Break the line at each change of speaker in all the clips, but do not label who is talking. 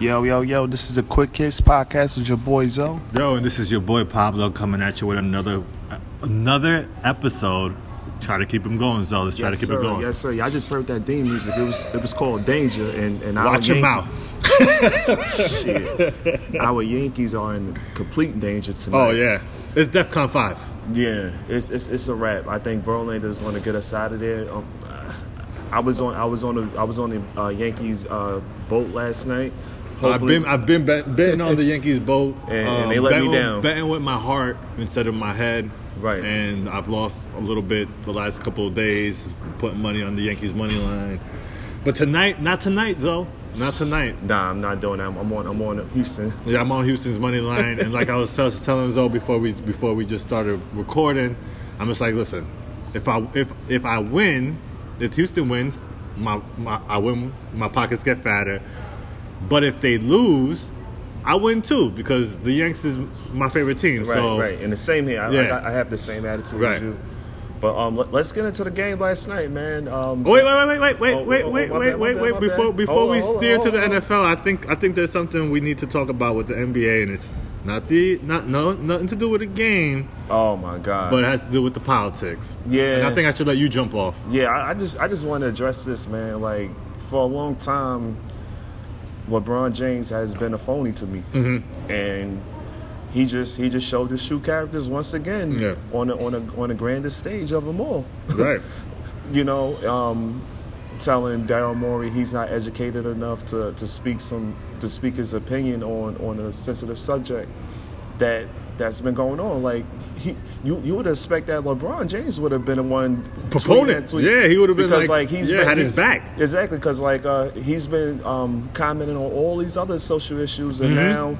Yo, yo, yo, this is a Quick Case Podcast with your boy Zo.
Yo, and this is your boy Pablo coming at you with another another episode. Try to keep him going, Zo. Let's try to keep
sir.
it going.
Yes, sir. Y'all just heard that theme music. It was it was called Danger, and and our
Watch your
Yankees,
mouth.
Shit. our Yankees are in complete danger tonight.
Oh yeah, it's DefCon five.
yeah. It's it's, it's a wrap. I think Verlander is going to get us out of there. Um, I was on I was on the I was on the uh, Yankees uh, boat last night.
I've
Hopefully-
been I've been bet- betting on the Yankees boat,
And- and they let me
betting,
down.
Betting with my heart instead of my head.
Right.
And I've lost a little bit the last couple of days, putting money on the Yankees money line. But tonight, not tonight, Zo. Not tonight.
Nah, I'm not doing that. I'm, I'm on I'm on Houston.
Yeah, I'm on Houston's money line, and like I was tell- telling Zoe before we before we just started recording, I'm just like, listen, if I if if I win, if Houston wins, my, my I win, my pockets get fatter. But if they lose, I win too because the Yanks is my favorite team.
Right,
so
right. And the same here. I,
Yeah.
I, got- I have the same attitude as
Right.
you. But um, let, us get into the game last night, man. Um,
Oh, Wait, wait, wait, wait,
Oh,
wait, wait,
oh, oh,
wait,
my
wait,
bad,
wait,
my
wait.
bad, my
Before
bad.
before we
Hold on,
steer to
hold
the
on, hold
NFL, I think I think there's something we need to talk about with the NBA, and it's not the not no nothing to do with the game.
Oh my god.
but it has to do with the politics.
Yeah.
and I think I should let you jump off.
yeah, I, I just I just want to address this, man. Like for a long time, LeBron James has been a phony to me,
Mm-hmm.
and he just he just showed his shoe characters once again
Yeah.
on a, on a on the grandest stage of them all.
Right.
you know, um, telling Daryl Morey he's not educated enough to, to speak some to speak his opinion on on a sensitive subject that that's been going on. Like he, you you would expect that LeBron James would have been the one
Proponent.
tweeting that
Yeah, he would have been
because like,
like-
he's
yeah,
been,
had his
he's-
back.
exactly because like uh, he's been um, commenting on all these other social issues
Mm-hmm.
and now.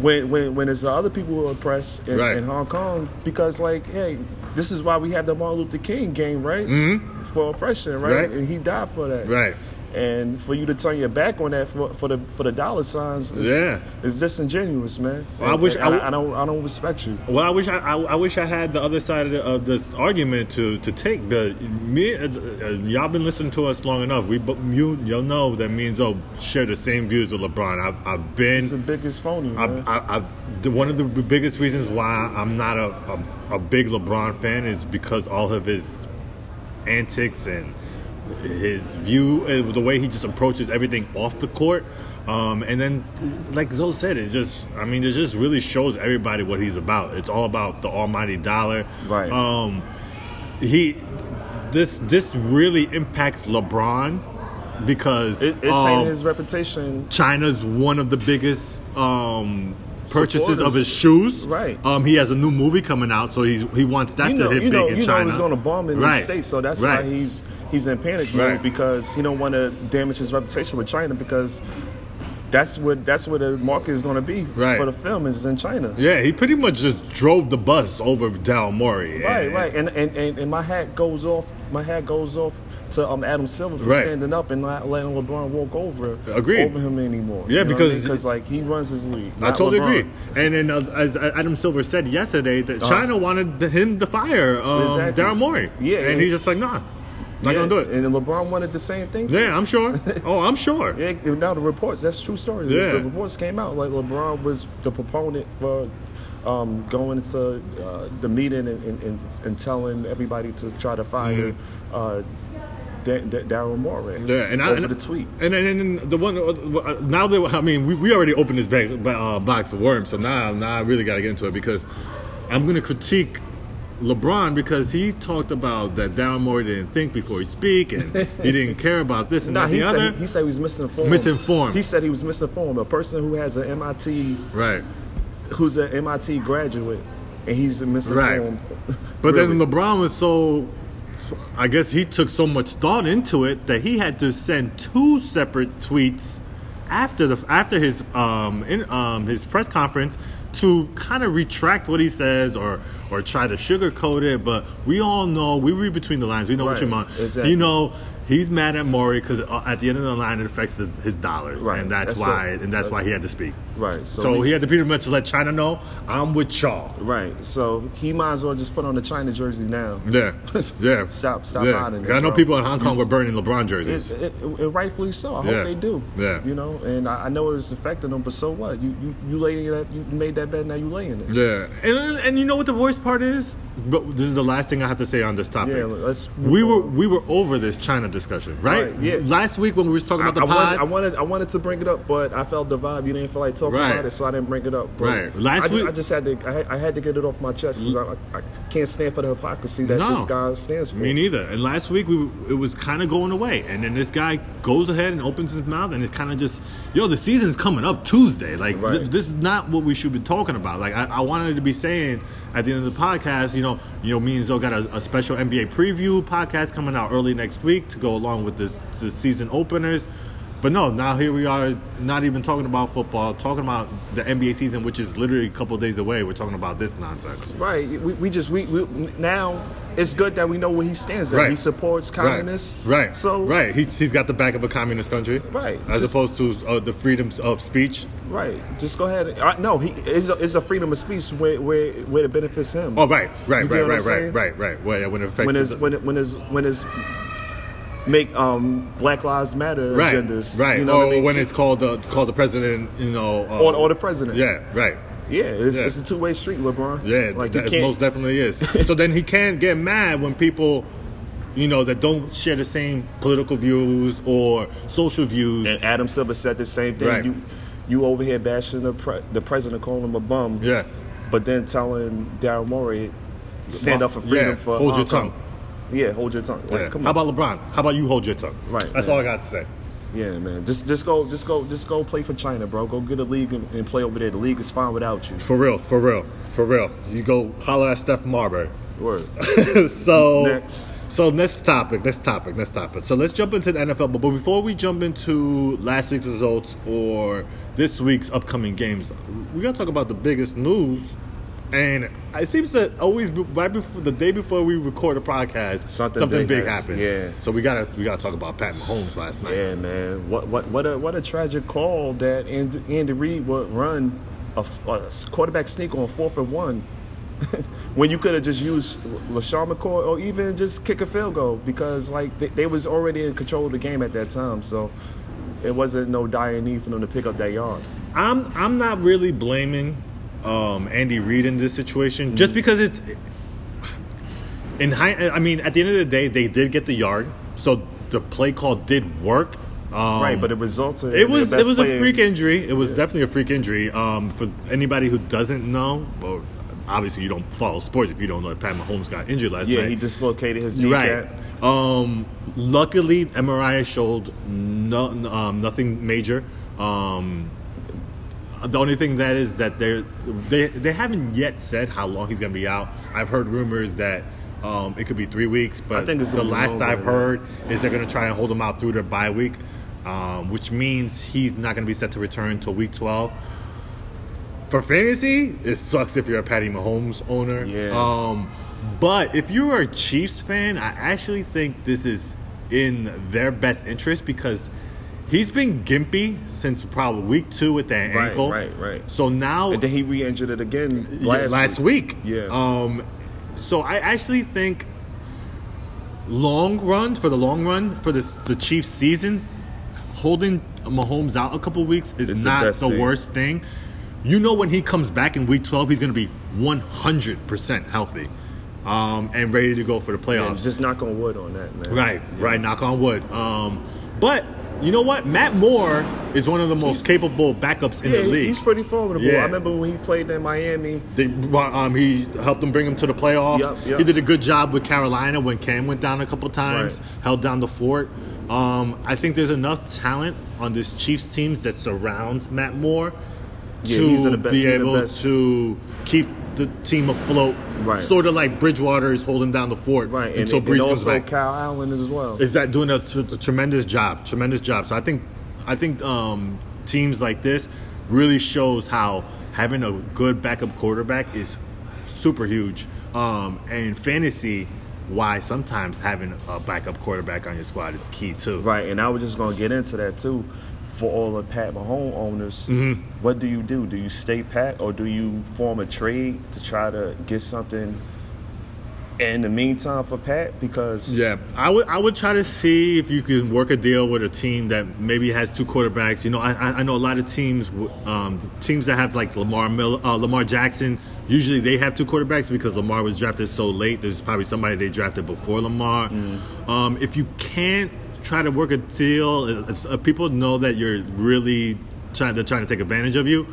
When, when, when it's the other people who are oppressed in,
Right.
in Hong Kong, because like, hey, this is why we had the Martin Luther King game, right? Mm-hmm. For oppression, right?
Right.
And he died for that,
Right.
And for you to turn your back on that for, for the for the dollar signs, is,
Yeah.
is disingenuous, man.
Well, I
And-
wish
and
I w-
I, I don't I don't respect you.
Well, I wish I, I, I wish I had the other side of, the, of this argument to, to take. But me, uh, uh, y'all been listening to us long enough. We but you you'll know that me and Zoe share the same views with LeBron. I've I've been
It's the biggest phony,
I,
man.
I, I, the, one of the biggest reasons why I'm not a, a, a big LeBron fan is because all of his antics and his view, uh, the way he just approaches everything off the court. Um, and then, like Zoe said, it just, I mean, it just really shows everybody what he's about. It's all about the almighty dollar.
Right.
Um, he, this, this really impacts LeBron because
it, it's
um,
ain't his reputation.
China's one of the biggest um, purchases of
Supporters.
his shoes.
Right.
Um, he has a new movie coming out, so he's he wants that
You know,
to hit
you
big
know,
in
you know,
China.
he's going to bomb in
Right.
the states, so that's
Right.
why he's he's in panic mode
Right.
because he don't want to damage his reputation with China because that's what that's where the market is going to be
Right.
for the film is in China.
Yeah, he pretty much just drove the bus over Daryl Morey.
Right,
And-
right, and, and and and my hat goes off. My hat goes off to um Adam Silver for
Right.
standing up and not letting LeBron walk over
Agreed.
over him anymore.
Yeah,
You know what I
because-
mean? like he runs his league.
I
not
totally
LeBron. Uh-huh.
agree. And then, uh, as Adam Silver said yesterday, that China wanted him to fire um,
Exactly.
Daryl Morey.
Yeah,
and,
and-
he's just like, nah, not
yeah,
gonna do it.
And then LeBron wanted the same thing. too.
yeah, I'm sure. Oh, I'm sure.
Yeah, and now the reports. That's a true story. The-
Yeah.
The, reports came out like LeBron was the proponent for um, going to uh, the meeting and, and, and, and telling everybody to try to fire uh, Da- Da- Daryl Morey.
Mm-hmm. Yeah, and I,
over
and,
the tweet.
And and, and the one uh, now that I mean, we, we already opened this bag, uh, box of worms, so now now I really got to get into it because I'm gonna critique LeBron because he talked about that Darren Moore didn't think before he speak and he didn't care about this and
No,
that,
he
the other.
said, he said he was misinformed.
Misinformed.
He said he was misinformed. A person who has an MIT,
right.
who's an MIT graduate, and he's misinformed.
But
Really.
then LeBron was so, so- I guess he took so much thought into it that he had to send two separate tweets after the after his um in um his press conference to kind of retract what he says or or try to sugarcoat it. But we all know we read between the lines. We know what
Right,
you mean.
exactly.
You know. He's mad at Maury because at the end of the line, it affects his, his dollars,
Right.
and that's,
That's
why
it.
and that's,
That's
why he had to speak.
Right. So
So,
we-
he had to Peter much to let China know I'm with y'all.
Right. So he might as well just put on the China jersey now.
Yeah, yeah.
Stop- stop
yeah.
hiding it,
I know
bro.
people in Hong Kong were burning LeBron jerseys.
It, it, it rightfully so. I
Yeah.
hope they do.
Yeah.
You know, and I, I know it's affecting them, but so what? You you you laying that you made that bet. Now you laying it.
Yeah, and and you know what the worst part is? But this is the last thing I have to say on this topic.
Yeah. Let's. move
we were
on.
we were over this China discussion, right?
Right, yeah.
Last week when we was talking
I,
about the
I
pod,
wanted, I wanted I wanted to bring it up, but I felt the vibe. You didn't feel like talking
Right.
about it, so I didn't bring it up. But
Right. Last
I, ju-
week-
I just had to I had, I had to get it off my chest because I, I can't stand for the hypocrisy that
No.
this guy stands for.
me neither. And last week we it was kind of going away, and then this guy goes ahead and opens his mouth, and it's kind of just, yo, the season's coming up Tuesday. Like th-
Right.
this is not what we should be talking about. Like I, I wanted to be saying at the end of the podcast, you know, you know, me and Zoe got a, a special NBA preview podcast coming out early next week to go along with this, the season openers. But no, now here we are, not even talking about football, talking about the NBA season, which is literally a couple days away. We're talking about this nonsense.
Right. We, we just we, we now it's good that we know where he stands. At.
Right.
He supports communists.
Right. right.
So
right. He's, he's got the back of a communist country.
Right.
As
Just-
opposed to uh, the freedoms of speech.
Right. Just go ahead. And, uh, no, he is a, it's a freedom of speech where where where it benefits him.
Oh, right. Right.
You get what
right.
I'm
Right. Right.
saying?
Right. Right. Well, yeah, when it affects
When is
the-
when it, when is when is make um Black Lives Matter
right.
agendas.
Right.
You know
or
what I mean?
when it's called the called the president. You know. Uh,
Or- or the president.
Yeah. Right.
yeah, it's,
yeah.
it's a two way street, LeBron.
Yeah.
Like you
that
can't.
most definitely is. so then he can get mad when people. You know that don't share the same political views or social views.
and Adam Silver said the same thing.
Right.
You you over here bashing the pre- the president, calling him a bum.
Yeah.
But then telling Daryl Morey stand up for freedom
Yeah,
for
hold your
Hong Kong.
tongue.
Yeah, hold your tongue. Like,
Yeah.
Come on.
How about LeBron? How about you hold your tongue?
Right,
That's
yeah.
all I got to say.
Yeah, man. Just just go just go just go play for China, bro. Go get a league and, and play over there. The league is fine without you.
For real, for real, for real. You go holler at Steph Marbury.
Word.
so
Next.
So next topic, next topic, next topic. So let's jump into the NFL. But but before we jump into last week's results or this week's upcoming games, we gotta talk about the biggest news. And it seems that always be- right before the day before we record a podcast,
Something big
big,
has-
happens.
yeah.
So we gotta we gotta talk about Pat Mahomes last night.
Yeah, man. What what what a what a tragic call that Andy, Andy Reid would run a, f- a s- quarterback sneak on fourth and one when you could have just used LaShawn McCoy or even just kick a field goal because like they, they was already in control of the game at that time, so it wasn't no dire need for them to pick up that yard.
I'm I'm not really blaming um, Andy Reid in this situation,
Mm-hmm.
just because it's in high. I mean, at the end of the day, they did get the yard, so the play call did work. Um,
right, but it resulted.
it
in their
was it
best
was a
play in-
freak injury. It was definitely a freak injury. Um, for anybody who doesn't know, well, obviously you don't follow sports if you don't know that Pat Mahomes got injured last
Yeah,
night.
he dislocated his
Right.
kneecap.
Um, luckily, MRI showed no, um, nothing major. Um, the only thing that is that they're, they they haven't yet said how long he's going to be out. I've heard rumors that um, it could be three weeks, but
I think it's
the
gonna be
last
longer
I've
than that.
heard is they're going to try and hold him out through their bye week, um, which means he's not going to be set to return until week 12. For fantasy, it sucks if you're a Patty Mahomes owner.
Yeah.
Um, but if you're a Chiefs fan, I actually think this is in their best interest because he's been gimpy since probably week two with that
Right,
ankle.
right, right.
So now
And then he re-injured it again
yeah,
last,
last, week.
Yeah.
Um, so I actually think long run for the long run for this the Chiefs season, holding Mahomes out a couple weeks is
It's the
not
best
the,
thing.
worst thing. You know when he comes back in week twelve, he's going to be one hundred percent healthy, um, and ready to go for the
And
playoffs.
just knock on wood on that, man.
Right, right. Knock on wood. Um, but you know what? Matt Moore is one of the most capable backups in
Yeah,
the league.
he's pretty formidable.
Yeah.
I remember when he played in Miami.
They, um, he helped them bring him to the playoffs.
Yup, yup.
He did a good job with Carolina when Cam went down a couple times,
Right.
held down the fort. Um, I think there's enough talent on this Chiefs teams that surrounds Matt Moore
Yeah,
to
he's the best-
be
he's the
able
best.
to keep the team afloat.
Right.
Sort of like Bridgewater is holding down the fort
Right, and,
until
and
Brees comes
also
back
Kyle Allen as well.
is that doing a, t- a tremendous job, tremendous job. So I think, I think um, teams like this really shows how having a good backup quarterback is super huge. Um, and fantasy, why sometimes having a backup quarterback on your squad is key too.
Right, and I was just gonna get into that too. For all the Pat Mahomes owners,
Mm-hmm.
what do you do? Do you stay Pat or do you form a trade to try to get something in the meantime for Pat? Because
Yeah, I would I would try to see if you can work a deal with a team that maybe has two quarterbacks. You know, I I I know a lot of teams w- um, teams that have like Lamar Mill, uh, Lamar Jackson. Usually they have two quarterbacks because Lamar was drafted so late. There's probably somebody they drafted before Lamar. Um, if you can't try to work a deal, if, if people know that you're really trying they're trying to take advantage of you.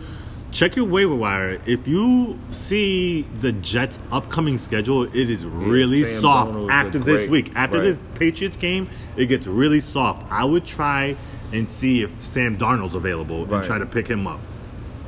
Check your waiver wire. If you see the Jets' upcoming schedule, it is really
Sam
soft
Darnold is a
after this
great-
week. After
right.
this Patriots game, it gets really soft. I would try and see if Sam Darnold's available
Right.
and try to pick him up.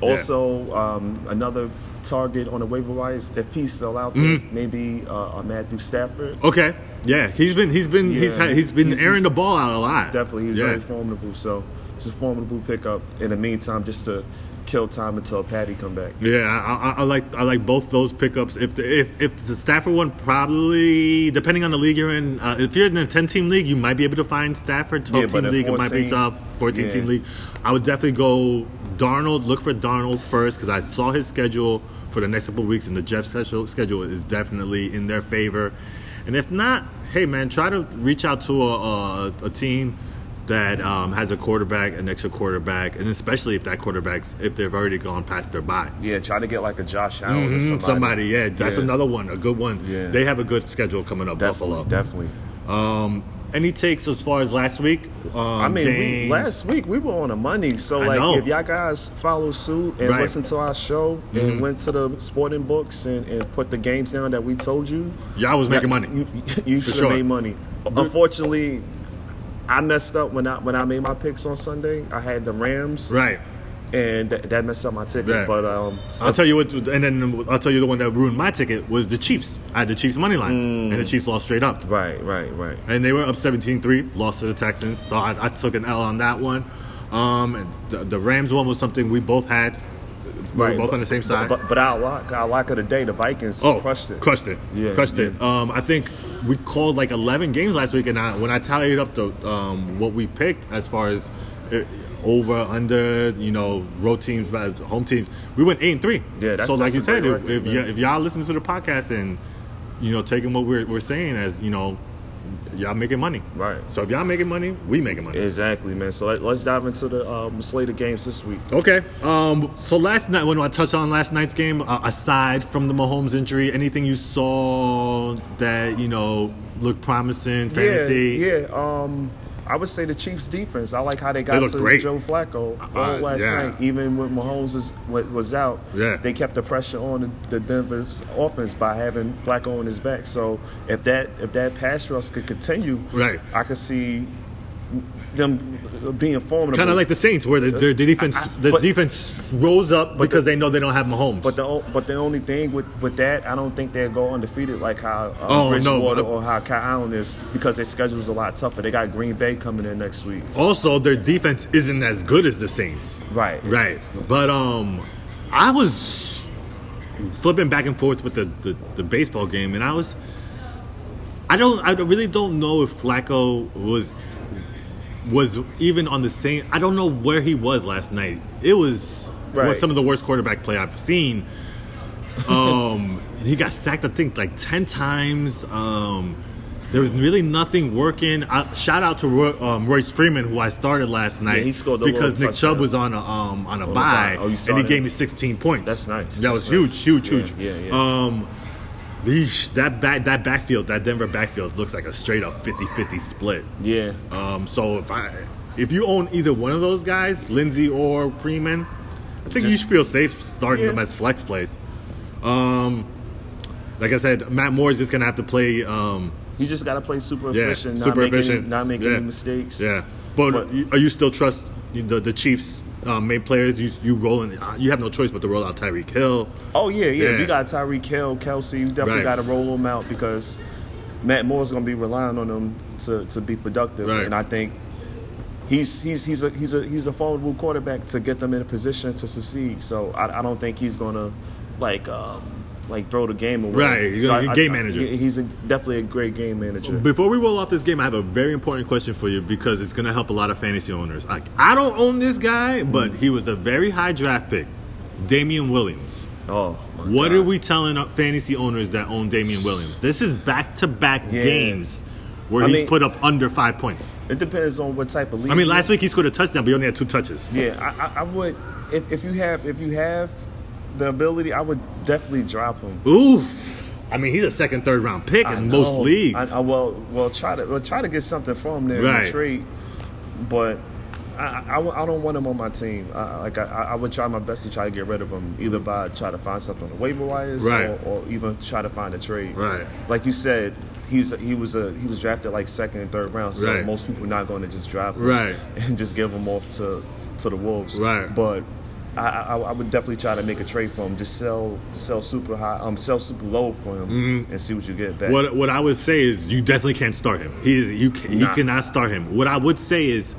also um, another target on the waiver wire is if he's still out there,
Mm-hmm.
maybe uh, a Matthew Stafford.
Okay. Yeah, he's been he's been he's
Yeah.
had, he's been
He's-
airing
he's-
the ball out a lot.
Definitely, he's
yeah.
very formidable. So it's a formidable pickup. In the meantime, just to kill time until Patty come back.
Yeah, I, I, I like I like both those pickups. If the, if if the Stafford one probably depending on the league you're in, uh, if you're in a ten team league, you might be able to find Stafford. Twelve
Yeah, but
team
at
league, it might be
14
tough. Fourteen team
yeah.
league, I would definitely go Darnold. Look for Darnold first because I saw his schedule for the next couple of weeks, and the Jeff's schedule, schedule is definitely in their favor. And if not, hey man, try to reach out to a a, a team. That um, has a quarterback, an extra quarterback, and especially if that quarterback's if they've already gone past their bye.
Yeah, try to get like a Josh Allen or
Mm,
Oh, somebody.
somebody. yeah, that's
Yeah.
another one, a good one.
Yeah.
They have a good schedule coming up,
Definitely,
Buffalo.
definitely.
Um, any takes as far as last week? Um,
I mean, we,
Dames?
last week we were on a Monday, so
I
like
know.
if y'all guys follow suit and
Right. Mm-hmm.
listen to our show and went to the sporting books and, and put the games down that we told you,
y'all was making money.
You, you should have
sure.
made money. Unfortunately, I messed up when I when I made my picks on Sunday. I had the Rams,
right.
and that that messed up my ticket.
Right.
But um,
I'll tell you what, and then I'll tell you the one that ruined my ticket was the Chiefs. I had the Chiefs money line,
Mm.
and the Chiefs lost straight up.
right, right, right.
And they were up 17-3, lost to the Texans. So I, I took an L on that one. Um, and the, the Rams one was something we both had. We
Right,
were both
but-
on the same
But,
side.
but, but our lock, our lock of the day, the Vikings
Oh,
crushed it.
Crushed it.
Yeah,
crushed
yeah.
it. Um, I think we called like 11 games last week, and I, when I tallied up the um, what we picked as far as uh, over, under, you know, road teams, bad- home teams, we went eight and three.
Yeah, that's-
so like
that's
you
a
said,
great
if,
record,
if,
man.
y- if y'all listen to the podcast and you know taking what we're, we're saying as you know, y'all making money,
Right.
So if y'all making money, we making money.
Exactly, man. So let, let's dive into the um, slate of games this week.
Okay. Um, so last night, when I touched on last night's game, uh, aside from the Mahomes injury, anything you saw that you know looked promising, fantasy?
Yeah, yeah. Um, I would say the Chiefs' defense. I like how they got
look
to
great.
Joe Flacco all
Uh,
last
yeah.
night, even when Mahomes was, wa- was out.
Yeah.
they kept the pressure on the, the Denver's offense by having Flacco on his back. So if that if that pass rush could continue,
Right.
I could see them being formidable.
Kind of like the Saints, where the, the, the defense the
but-
defense rose up because
the-
they know they don't have Mahomes.
But the o- but the only thing with, with that, I don't think they'll go undefeated like how uh,
Oh, no.
Bridgewater or how Kyle Allen is because their schedule's a lot tougher. They got Green Bay coming in next week.
also, their defense isn't as good as the Saints.
Right.
Right. But um, I was flipping back and forth with the, the, the baseball game, and I was, I don't, I really don't know if Flacco was was even on the same. I don't know where he was last night. It was
Right.
was some of the worst quarterback play I've seen. Um, he got sacked, I think, like ten times. Um, there was really nothing working. I, shout out to Roy, um, Royce Freeman, who I started last night
he scored the little
because Nick
touchdown.
Chubb was on a um, on a
a
bye,
bye. Oh, you
and he
started
gave
him.
me 16 points.
That's nice.
That was
That's
huge,
nice.
huge,
Yeah,
huge.
yeah, yeah.
Um, yeesh, that back that backfield, that Denver backfield looks like a straight up 50-50 split.
Yeah.
Um, so if I if you own either one of those guys, Lindsey or Freeman, I think you
Just-
should feel safe starting
Yeah.
them as flex plays. Um, like I said, Matt Moore is just gonna have to play. Um,
You just gotta play super
yeah,
efficient, not
super
make any-
efficient,
not make
yeah.
any mistakes.
Yeah, but,
But-
you- are you still trust the the Chiefs um, main players? You you rolling? uh, You have no choice but to roll out Tyreek Hill.
Oh yeah, yeah. If
Yeah.
you got Tyreek Hill, Kelsey, you definitely
Right.
gotta roll them out because Matt Moore's gonna be relying on them to, to be productive.
Right.
And I think he's he's he's a he's a he's a formidable quarterback to get them in a position to succeed. So I, I don't think he's gonna like um, like throw the game away.
Right, he's a- he's a game manager.
he- he's a, definitely a great game manager.
Before we roll off this game, I have a very important question for you because it's going to help a lot of fantasy owners. Like, I don't own this guy, but he was a very high draft pick, Damian Williams.
oh, my
What
God.
are we telling up fantasy owners that own Damian Williams? This is back to back
Yeah.
games where
I
he's
mean-
put up under five points.
It depends on what type of league.
I mean,
you're
last week he scored a touchdown, but he only had two touches.
Yeah, I, I, I would. If, if you have if you have the ability, I would definitely drop him.
Oof. I mean, he's a second, third round pick
I
in most
know.
leagues.
I, I, well, well, try to well, try to get something from them in
Right.
the trade, but. I, I, I don't want him on my team. I, like I, I would try my best to try to get rid of him, either by try to find something on the waiver wires,
Right.
or, or even try to find a trade.
Right.
Like you said, he's he was a he was drafted like second and third round, so
Right.
most people not going to just drop him
Right.
and just give him off to to the wolves.
Right.
But I, I, I would definitely try to make a trade for him. Just sell sell super high, um, sell super low for him,
Mm-hmm.
and see what you get back.
What what I would say is you definitely can't start him. He is, you can,
Nah.
he cannot start him. What I would say is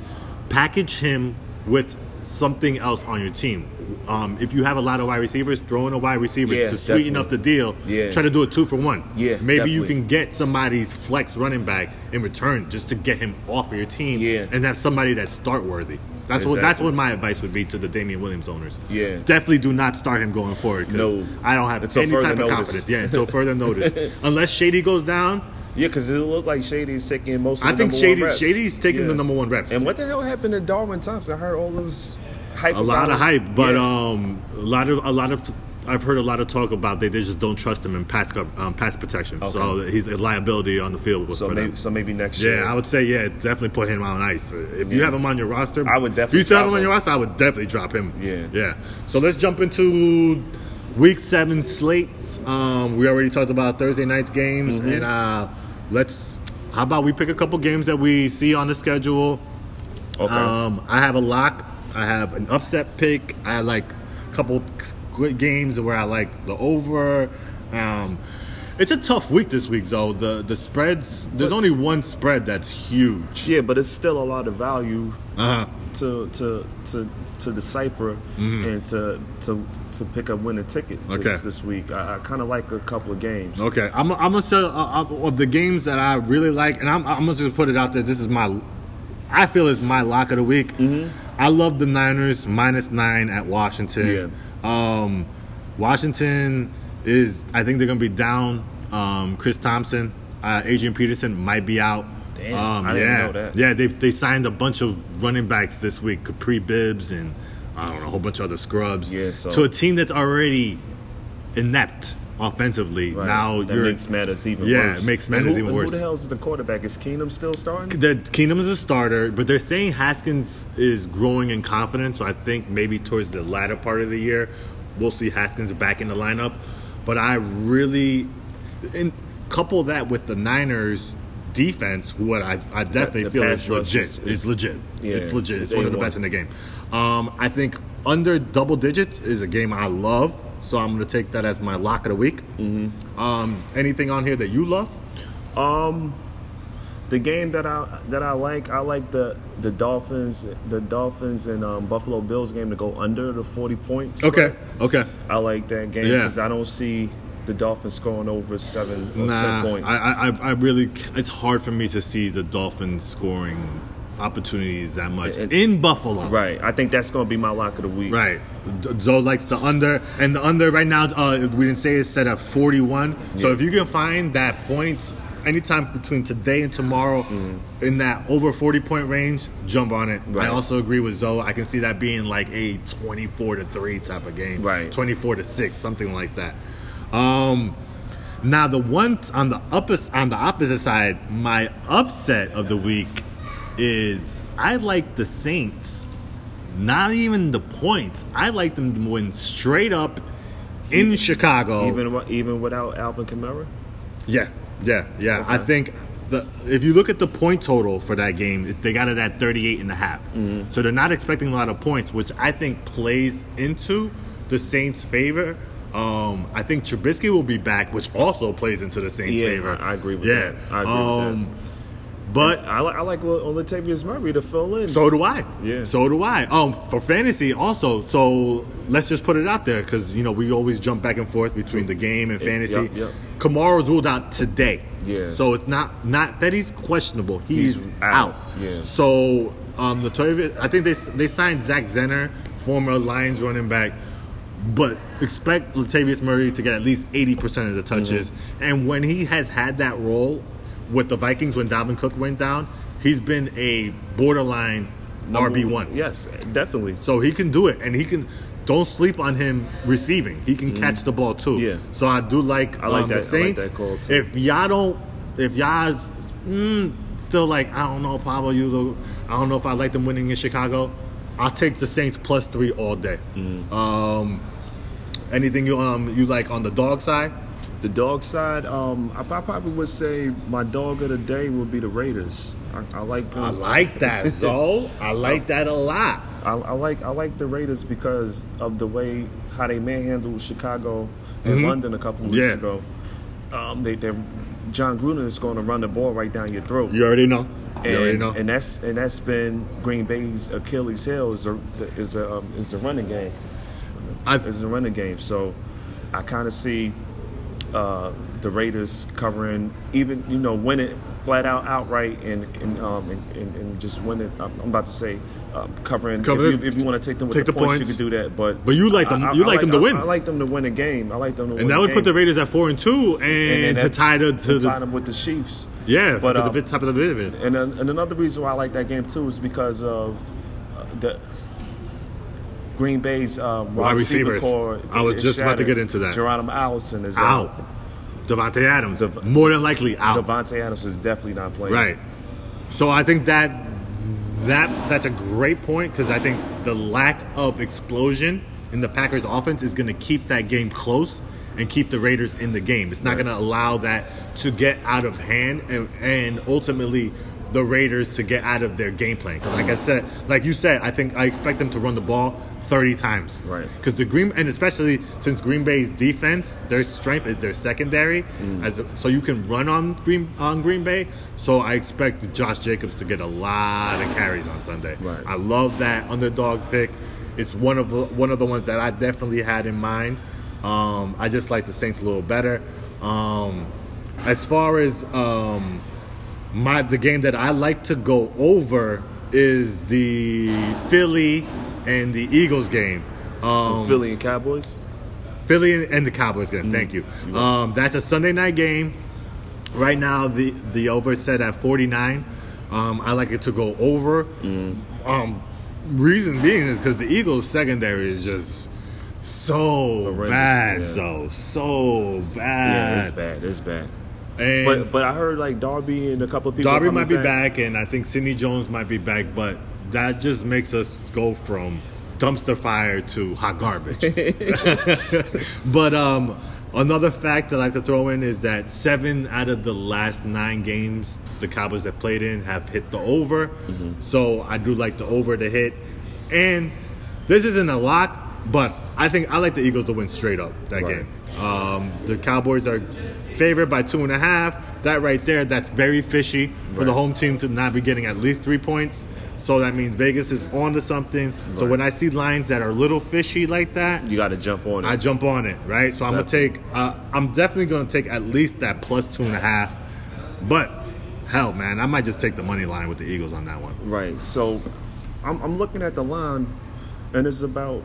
package him with something else on your team. Um, if you have a lot of wide receivers, throw in a wide receiver
Yeah,
to sweeten
definitely.
up the deal.
Yeah.
Try to do a two for one.
Yeah,
Maybe you
definitely.
can get somebody's flex running back in return just to get him off of your team.
Yeah.
And have somebody that's start worthy. That's what that's
Exactly.
what my advice would be to the Damian Williams owners.
Yeah.
Definitely do not start him going forward because
No.
I don't have
Until
any
further
type of
notice.
confidence. Yeah, until further notice. Unless Shady goes down,
yeah, because it looked like Shady's taking most. Of
I
the
think
number one
Shady
reps.
Shady's taking
Yeah.
the number one reps.
And what the hell happened to Darwin Thompson? I heard all this hype.
a lot of hype, but
yeah.
um, a lot of a lot of I've heard a lot of talk about they, they just don't trust him in pass cov- um, pass protection. So he's a liability on the field
so
for
maybe
them.
so maybe next year.
Yeah, I would say yeah, definitely put him on ice. If you
Yeah.
have him on your roster,
I would
If you
definitely
still have him
drop
on your
him.
roster, I would definitely drop him.
Yeah.
yeah. So let's jump into week seven slate. Um, we already talked about Thursday night's games,
Mm-hmm.
and uh, let's. How about we pick a couple games that we see on the schedule?
okay.
Um, I have a lock. I have an upset pick. I like a couple good games where I like the over. Um, it's a tough week this week, though. The the spreads. There's only one spread that's huge.
yeah, but it's still a lot of value
Uh huh.
to to to to decipher and to to to pick up winning ticket this,
Mm-hmm. Okay.
this week. I, I kind of like a couple of games.
Okay, I'm I'm gonna say uh, uh, of the games that I really like, and I'm I'm gonna just put it out there. This is my, I feel it's my lock of the week.
Mm-hmm.
I love the Niners minus nine at Washington. Um, Washington is I think they're gonna be down. Um, Chris Thompson, uh, Adrian Peterson might be out.
Damn,
um,
I
yeah,
didn't know that.
yeah. They they signed a bunch of running backs this week, Capri Bibbs and I don't know a whole bunch of other scrubs.
Yeah, so-
to a team that's already inept offensively.
Right.
Now
that
you're
makes matters even
Yeah,
worse.
it makes
And
matters
who,
even
and
worse.
Who the hell is the quarterback? Is Keenum still starting?
the Kingdom is a starter, but they're saying Haskins is growing in confidence. So I think maybe towards the latter part of the year, we'll see Haskins back in the lineup. But I really and couple that with the Niners defense, what I, I definitely
the
feel
pass
is
rush
legit.
is-
it's legit.
yeah,
it's legit. It's,
it's
one of the
A1.
best in the game. Um, I think under double digits is a game I love, so I'm going to take that as my lock of the week. Mm-hmm. Um, anything on here that you love?
The game that I that I like, I like the the Dolphins, the Dolphins and um, Buffalo Bills game to go under the forty points.
Okay. Okay.
I like that game
Yeah.
because I don't see the Dolphins scoring over seven or ten points.
I, I- I, I really, it's hard for me to see the Dolphins scoring opportunities that much
It- Oh,
in Buffalo.
right, I think that's going to be my lock of the week.
Right. D- Zoe likes the under, and the under right now, uh, we didn't say it's set at 41. So
Yeah.
if you can find that point anytime between today and tomorrow in that over 40 point range, jump on it. I
Mm-hmm. Right.
also agree with Zoe. I can see that being like a 24 to 3 type of game.
Right.
24 to 6, something like that. Um, now the one t- on the upper on the opposite side, my upset of the week is I like the Saints. Not even the points. I like them to win straight up in Chicago.
Even wi- even without Alvin Kamara.
yeah, yeah, yeah. I think the if you look at the point total for that game, it- they got it at 38 and a half.
Mm-hmm.
So they're not expecting a lot of points, which I think plays into the Saints' favor. Um, I think Trubisky will be back, which also plays into the Saints'
Yeah,
favor.
I- I agree with
yeah.
that. I agree with that.
um, But
I, li- I like Lil- Latavius Murray to fill in.
So do I.
Yeah.
So do I. Um, for fantasy also. So let's just put it out there because you know we always jump back and forth between the game and fantasy.
yep, yep.
Kamara's ruled out today.
Yeah.
So it's not not that he's questionable. He's,
He's out.
out.
Yeah.
So um, Latavius, I think they they signed Zach Zenner, former Lions running back. But expect Latavius Murray to get at least 80% of the touches. And when he has had that role with the Vikings when Dalvin Cook went down, he's been a borderline RB1.
Yes, definitely.
So he can do it. And he can, don't sleep on him receiving. He can catch the ball too.
Mm. Yeah.
So I do like,
I like
um,
that- I
the
like
Saints.
that call, too.
If y'all don't, if y'all's mm, still like, I don't know, Pablo, you, I don't know if I like them winning in Chicago, I'll take the Saints plus three all day.
Mm.
Um, anything you um you like on the dog side?
The dog side, um, I, I probably would say my dog of the day would be the Raiders. I, I like them.
I like that, so I like that a lot.
I, I like I like the Raiders because of the way how they manhandled Chicago and London a couple weeks
Mm-hmm. Yeah.
ago. Um, they, they John Gruden is going to run the ball right down your throat.
You already know. you already
And,
know.
and that's and that's been Green Bay's Achilles' heel is the is the, um, is the running game.
I've-
Is the running game. So I kind of see uh, the Raiders covering, even you know, win it flat out outright, and and um, and, and, and just win it. I'm I'm about to say um, covering.
Cover
if,
it.
you, if you want to take them with
Take
the,
the
points,
points.
you can do that. But
But you like them- you like them to
I-
win.
I, like them to win a game. I like them to win.
and that
a
would put the
game.
Raiders at four and two,
And
and, to
that-
tie the to
tie
the
them with the Chiefs.
yeah,
But,
to
um,
the top of the division.
And, then, and another reason why I like that game too is because of uh, the Green Bay's um, wide
Wide
receiver
receivers.
core.
I was
is
just about to
shattered.
get into that.
Geronimo Allison is uh,
Out. Devontae Adams, more than likely out.
Devontae Adams is definitely not playing.
Right. So I think that that that's a great point because I think the lack of explosion in the Packers offense is going to keep that game close and keep the Raiders in the game. It's not going to allow that to get out of hand and, and ultimately the Raiders to get out of their game plan. 'Cause like I said, like you said, I think I expect them to run the ball 30 times.
Right.
Because the Green and especially since Green Bay's defense, their strength is their secondary, as so you can run on Green on Green Bay. So I expect Josh Jacobs to get a lot of carries on Sunday.
Right.
I love that underdog pick. It's one of the- one of the ones that I definitely had in mind. Um, I just like the Saints a little better. Um, as far as um, my the game that I like to go over is the Philly and the Eagles game. Um,
Oh, Philly and Cowboys.
Philly and, and the Cowboys game. Thank you.
Mm-hmm.
Um, that's a Sunday night game. Right now, the the over is set at 49. Um, I like it to go over.
Mm-hmm.
Um, reason being is because the Eagles secondary is just so
Horrendous,
bad,
yeah.
though. So
Yeah,
bad.
it's bad. It's bad.
And
But but I heard like Darby and a couple of people.
Darby
coming
might be back. and I think Sidney Jones might be back, but that just makes us go from dumpster fire to hot garbage. but um, another fact that I like to throw in is that seven out of the last nine games the Cowboys have played in have hit the over.
Mm-hmm.
So I do like the over to hit. And this isn't a lot, but I think I like the Eagles to win straight up that
Right.
game. Um, the Cowboys are favored by two and a half. That right there, that's very fishy for the
Right.
home team to not be getting at least three points. So that means Vegas is on to something. So when I see lines that are a little fishy like that,
You got to jump on it.
I jump on it, right? So I'm gonna take. Uh, I'm definitely gonna take at least that plus two and a half. But hell, man, I might just take the money line with the Eagles on that one.
Right. So I'm, I'm looking at the line, and it's about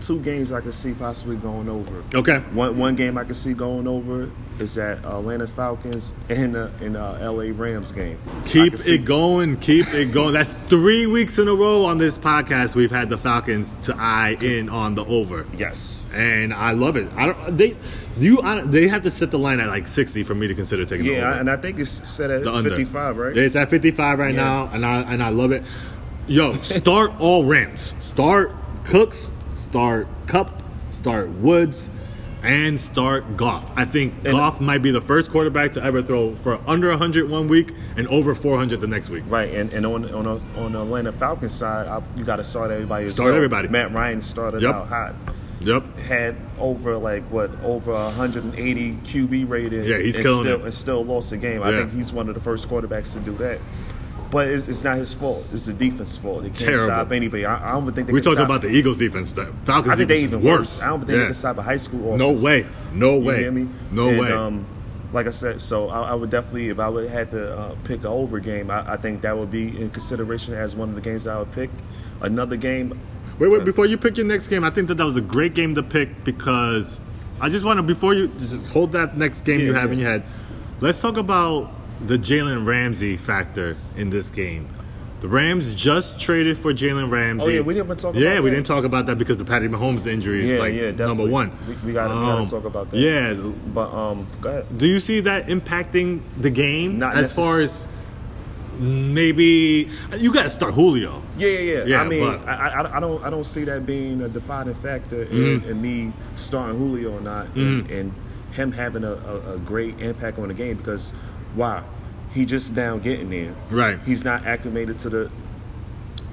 two games I could see possibly going over.
Okay.
One one game I could see going over is that Atlanta Falcons and uh, and uh, L.A. Rams game. I
Keep
could
it
see-
going. Keep it going. That's three weeks in a row on this podcast. We've had the Falcons to eye in on the over.
Yes.
And I love it. I don't. They do you. hon- They have to set the line at like sixty for me to consider taking. the
Yeah,
over.
and I think it's set at
The under.
55, right?
It's at 55 right
Yeah.
now, and I and I love it. Yo, start all Rams. Start Cooks. Start Cup. Start Woods, and start Goff. I think Goff might be the first quarterback to ever throw for under 100 one week and over 400 the next week.
Right, and, and on on a, on the Atlanta Falcons side, I, you got to start everybody. As
Start
well.
everybody.
Matt Ryan started
Yep.
out hot.
Yep.
had over like what over 180 QB rating.
Yeah, he's
and
killing
still,
it.
And still lost the game. I
Yeah.
think he's one of the first quarterbacks to do that. But it's, it's not his fault. It's the defense's fault. They can't
Terrible.
stop anybody. I, I don't think they
We
can
talked
stop.
about the Eagles defense. The Falcons
I think they
defense
even
is worse.
worse. I don't think
Yeah.
they can stop a high school.
No
offense.
way. No
You
way.
hear me?
No
And,
way.
Um, like I said, so I, I would definitely, if I would had to uh, pick a over game, I, I think that would be in consideration as one of the games that I would pick. Another game,
Wait, wait, before you pick your next game, I think that that was a great game to pick because I just want to, before you just hold that next game you
Yeah,
have
yeah.
in your head, let's talk about the Jalen Ramsey factor in this game. The Rams just traded for Jalen Ramsey.
oh yeah, we didn't even talk
Yeah,
about
we
that.
didn't talk about that because the Patty Mahomes injury is
Yeah,
like
yeah,
number
definitely.
one. Um,
We- we gotta- we gotta talk about that.
Yeah,
but um, go ahead.
do you see that impacting the game
Not
as
necess-
far as maybe you got to start Julio?
Yeah, yeah.
Yeah,
yeah I mean,
but-
I, I, I don't, I don't see that being a defining factor in,
Mm-hmm.
in me starting Julio or not, and, and him having a, a, a great impact on the game because, wow, he just down getting there.
Right.
He's not acclimated to the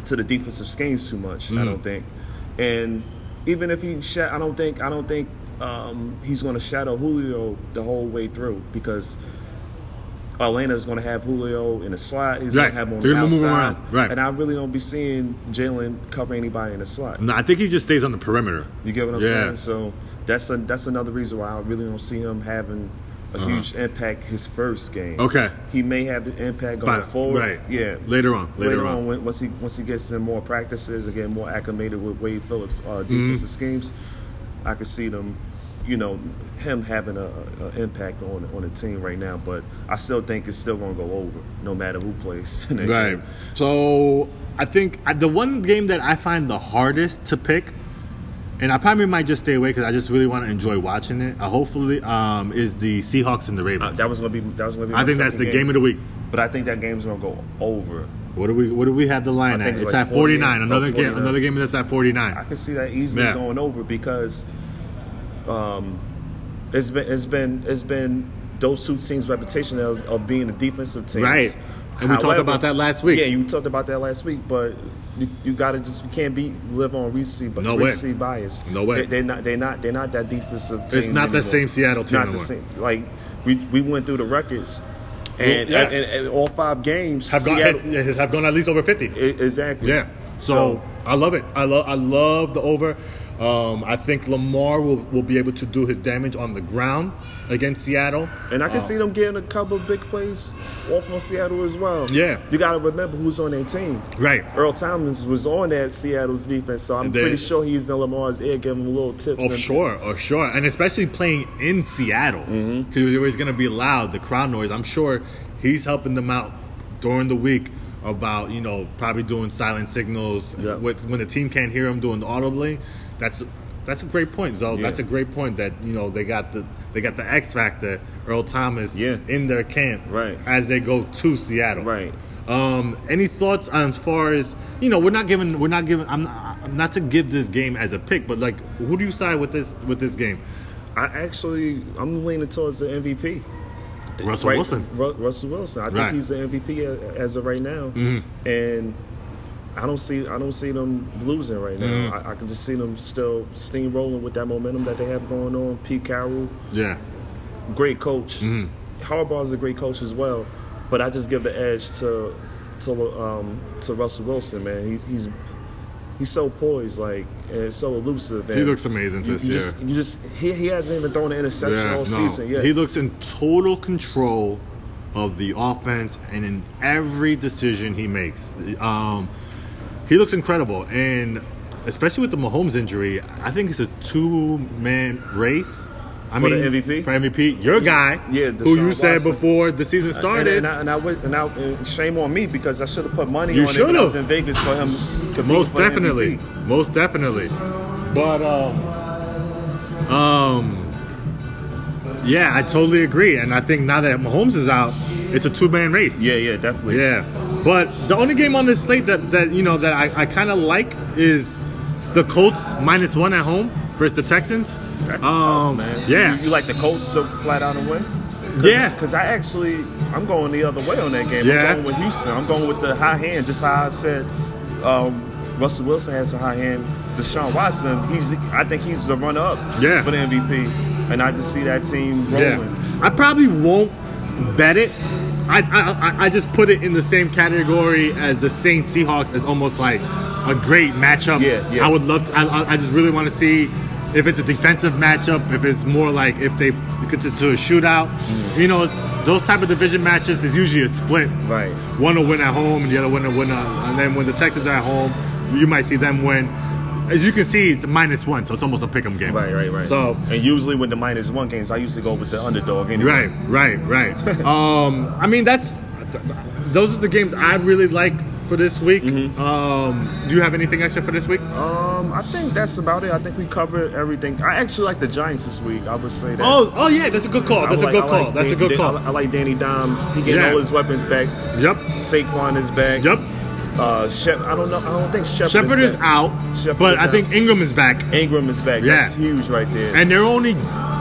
to the defensive schemes too much.
Mm-hmm.
I don't think, and even if he, sha- I don't think, I don't think um, he's going to shadow Julio the whole way through because. Atlanta's going to have Julio in a slot. He's
Right.
going to have him on
They're
the
gonna
outside.
move him around. Right.
And I really don't be seeing Jalen cover anybody in the slot.
No, I think he just stays on the perimeter.
You get what I'm
Yeah.
saying? So that's a, that's another reason why I really don't see him having a huge impact his first game.
Uh-huh. Okay.
He may have an impact going
But-
forward.
right.
Yeah.
Later on, later on.
when, once he once he gets in more practices and get more acclimated with Wade Phillips' uh,
Mm-hmm.
defensive schemes, I could see them. You know, him having a, a a impact on on the team right now, but I still think it's still gonna go over, no matter who plays. in that
Right.
game.
So I think I- the one game that I find the hardest to pick, and I probably might just stay away because I just really want to enjoy watching it. Uh, hopefully, um, is the Seahawks and the Ravens.
Uh, That was gonna be that was gonna be.
I
my
think that's the
second
game. of the week.
But I think that game's gonna go over.
What do we? What do we have the line
I
at?
think
It's,
it's like
at forty
49.
nine. Another
Oh,
game.
49.
Another game that's at forty
I
nine.
can see that easily
Yeah.
going over because um, it's been it's been it's been those two teams' reputation of, of being the defensive teams.
Right. And we talked about that last week.
Yeah, you talked about that last week, but you, you gotta just you can't be live on receive but
No way.
receive bias.
No way.
They, they're not they're not they're not that defensive team.
It's not the
anymore.
same Seattle
it's
team
Not the
anymore.
same. Like we we went through the records and,
Yeah.
and, and all five games
Have gone,
Seattle-
have, have gone at least over fifty.
E- Exactly.
Yeah. So, I love it. I love I love the over. Um, I think Lamar will, will be able to do his damage on the ground against Seattle.
And I can see them getting a couple of big plays off on Seattle as well.
Yeah.
You got to remember who's on their team.
Right.
Earl Thomas was on that Seattle's defense, so I'm
And they-
pretty sure he's in Lamar's ear giving him little tips.
Oh,
and-
sure, oh, sure. And especially playing in Seattle.
Mm-hmm.
Because it was going to be loud, the crowd noise. I'm sure he's helping them out during the week about, you know, probably doing silent signals
Yeah.
with when the team can't hear him doing the audibly. That's that's a great point, Zo. That's a great point that, you know, they got the they got the X factor, Earl Thomas
Yeah.
in their camp
Right.
as they go to Seattle.
Right.
Um, any thoughts on as far as you know? We're not giving. We're not giving. I'm not, I'm not to give this game as a pick, but like, who do you side with this with this game?
I actually, I'm leaning towards the MVP.
Russell
Right-
Wilson.
Ru- Russell Wilson. I think
Right. Mm-hmm.
he's the MVP a- as of right now, and I don't see I don't see them losing right now.
Mm-hmm.
I, I can just see them still steamrolling with that momentum that they have going on. Pete Carroll,
Yeah.
great coach.
Mm-hmm.
Harbaugh's a great coach as well, but I just give the edge to to um, to Russell Wilson, man. He's he's he's so poised, like and so elusive. And
He looks amazing
You,
this
you
year.
just you just he, he hasn't even thrown an interception
yeah.
all
no.
season yet.
He looks in total control of the offense and in every decision he makes. Um, he looks incredible, and especially with the Mahomes injury, I think it's a two man race. I
For the
mean,
MVP?
for MVP, your guy,
Yeah,
who you
Deshaun
said
Watson.
before the season
and,
started.
and I, and I would- and I- and shame on me because I should have put money
You
on it when I was
should've.
in Vegas for him. competing
Most
for the
definitely.
MVP.
Most definitely. But um um yeah, I totally agree and I think now that Mahomes is out, it's a two-man race.
Yeah, yeah, definitely.
Yeah. But the only game on this slate that that you know that I, I kind of like is the Colts minus 1 at home versus the Texans.
That's
um
tough, man.
yeah.
You, you like the Colts to flat out and win?
Yeah.
Because I actually, I'm going the other way on that game.
Yeah.
I'm going with Houston. I'm going with the high hand, just how I said um, Russell Wilson has a high hand. Deshaun Watson, he's I think he's the runner up
Yeah.
for the MVP. And I just see that team rolling.
Yeah, I probably won't bet it. I, I I- I just put it in the same category as the Saints Seahawks as almost like a great matchup.
Yeah, yeah.
I would love. To, I- I I just really want to see if it's a defensive matchup. If it's more like if they get to, to a shootout. You know, those type of division matches is usually a split.
Mm. Right.
One will win at home and the other one will win. uh and then when the Texans are at home, you might see them win. As you can see, it's minus one, so it's almost a pick'em game.
Right, right, right.
So
and usually with the minus one games, I usually go with the underdog anyway.
Right, right, right. um, I mean, that's those are the games I really like for this week. Um, do you have anything extra for this week?
Um, I think that's about it. I think we covered everything. I actually like the Giants this week. I would say that.
Oh, oh yeah, that's a good call.
I
That's a
like-
good
I
call.
like
that's a
Dan-
good
Dan-
call.
I, I like Danny Dimes. He getting
Yeah.
all his weapons back.
Yep,
Saquon is back.
yep.
Uh, Shep, I don't know. I don't think Shepard.
Shepard
is,
is
back.
out,
Shepard
but
is
I think
out.
Ingram is back,
Ingram is back.
Yeah.
That's huge right there.
and they're only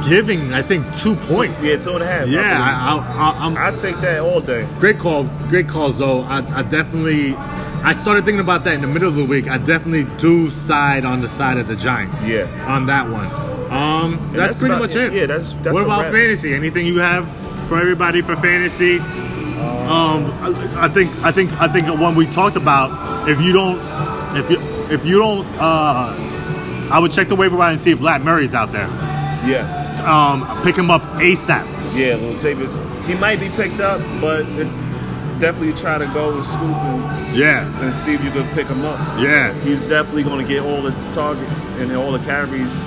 giving I think two points.
yeah, two and a half. I
yeah.
believe.
I, I, I, I'm
I take that all day.
Great call, great calls though. I, I definitely, I started thinking about that in the middle of the week. I definitely do side on the side of the Giants.
Yeah.
on that one. Um, that's,
that's
pretty
about
much
it.
it.
Yeah, that's- that's
what
a
about
wrap.
fantasy? Anything you have for everybody for fantasy? Um, I, I think I think I think the one we talked about. If you don't, if you if you don't, uh, s- I would check the waiver wire and see if Lat Murray's out there.
Yeah,
Um, pick him up ASAP.
yeah. Latavius, he might be picked up, but it, definitely try to go and scoop him
Yeah,
and see if you can pick him up.
yeah.
He's definitely going to get all the targets and all the carries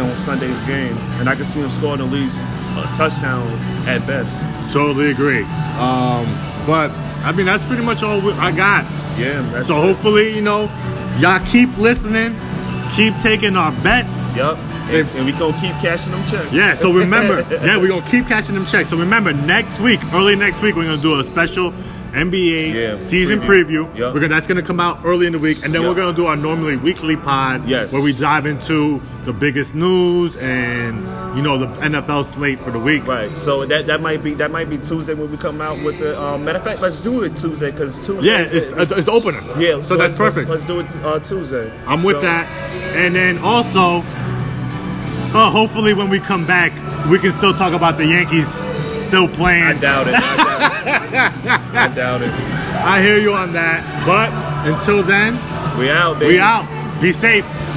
on Sunday's game, and I can see him scoring at least a touchdown at best.
Totally agree. Um, but I mean, that's pretty much all we- I got.
Yeah, that's
so
it.
hopefully, you know, y'all keep listening, keep taking our bets.
Yep. And, and we gonna keep cashing them checks.
Yeah. So remember, yeah, we're gonna keep cashing them checks. So remember, next week, early next week, we're gonna do a special. NBA
Yeah,
season preview.
preview. Yep.
We're gonna that's gonna come out early in the week, and then
Yep.
we're gonna do our normally weekly pod,
Yes.
where we dive into the biggest news and you know the NFL slate for the week.
Right. So that that might be that might be Tuesday when we come out with the. Um, matter of fact, let's do it Tuesday because Tuesday.
Yeah, it's, it's, it's the opener.
yeah.
so,
let's-
that's perfect.
Let's, let's do it uh, Tuesday.
I'm with
So-
that. And then also, uh, hopefully when we come back, we can still talk about the Yankees still
I
playing.
doubt it. I doubt it. I doubt
I hear you on that. But until then,
it. We out, baby.
we out. Be safe.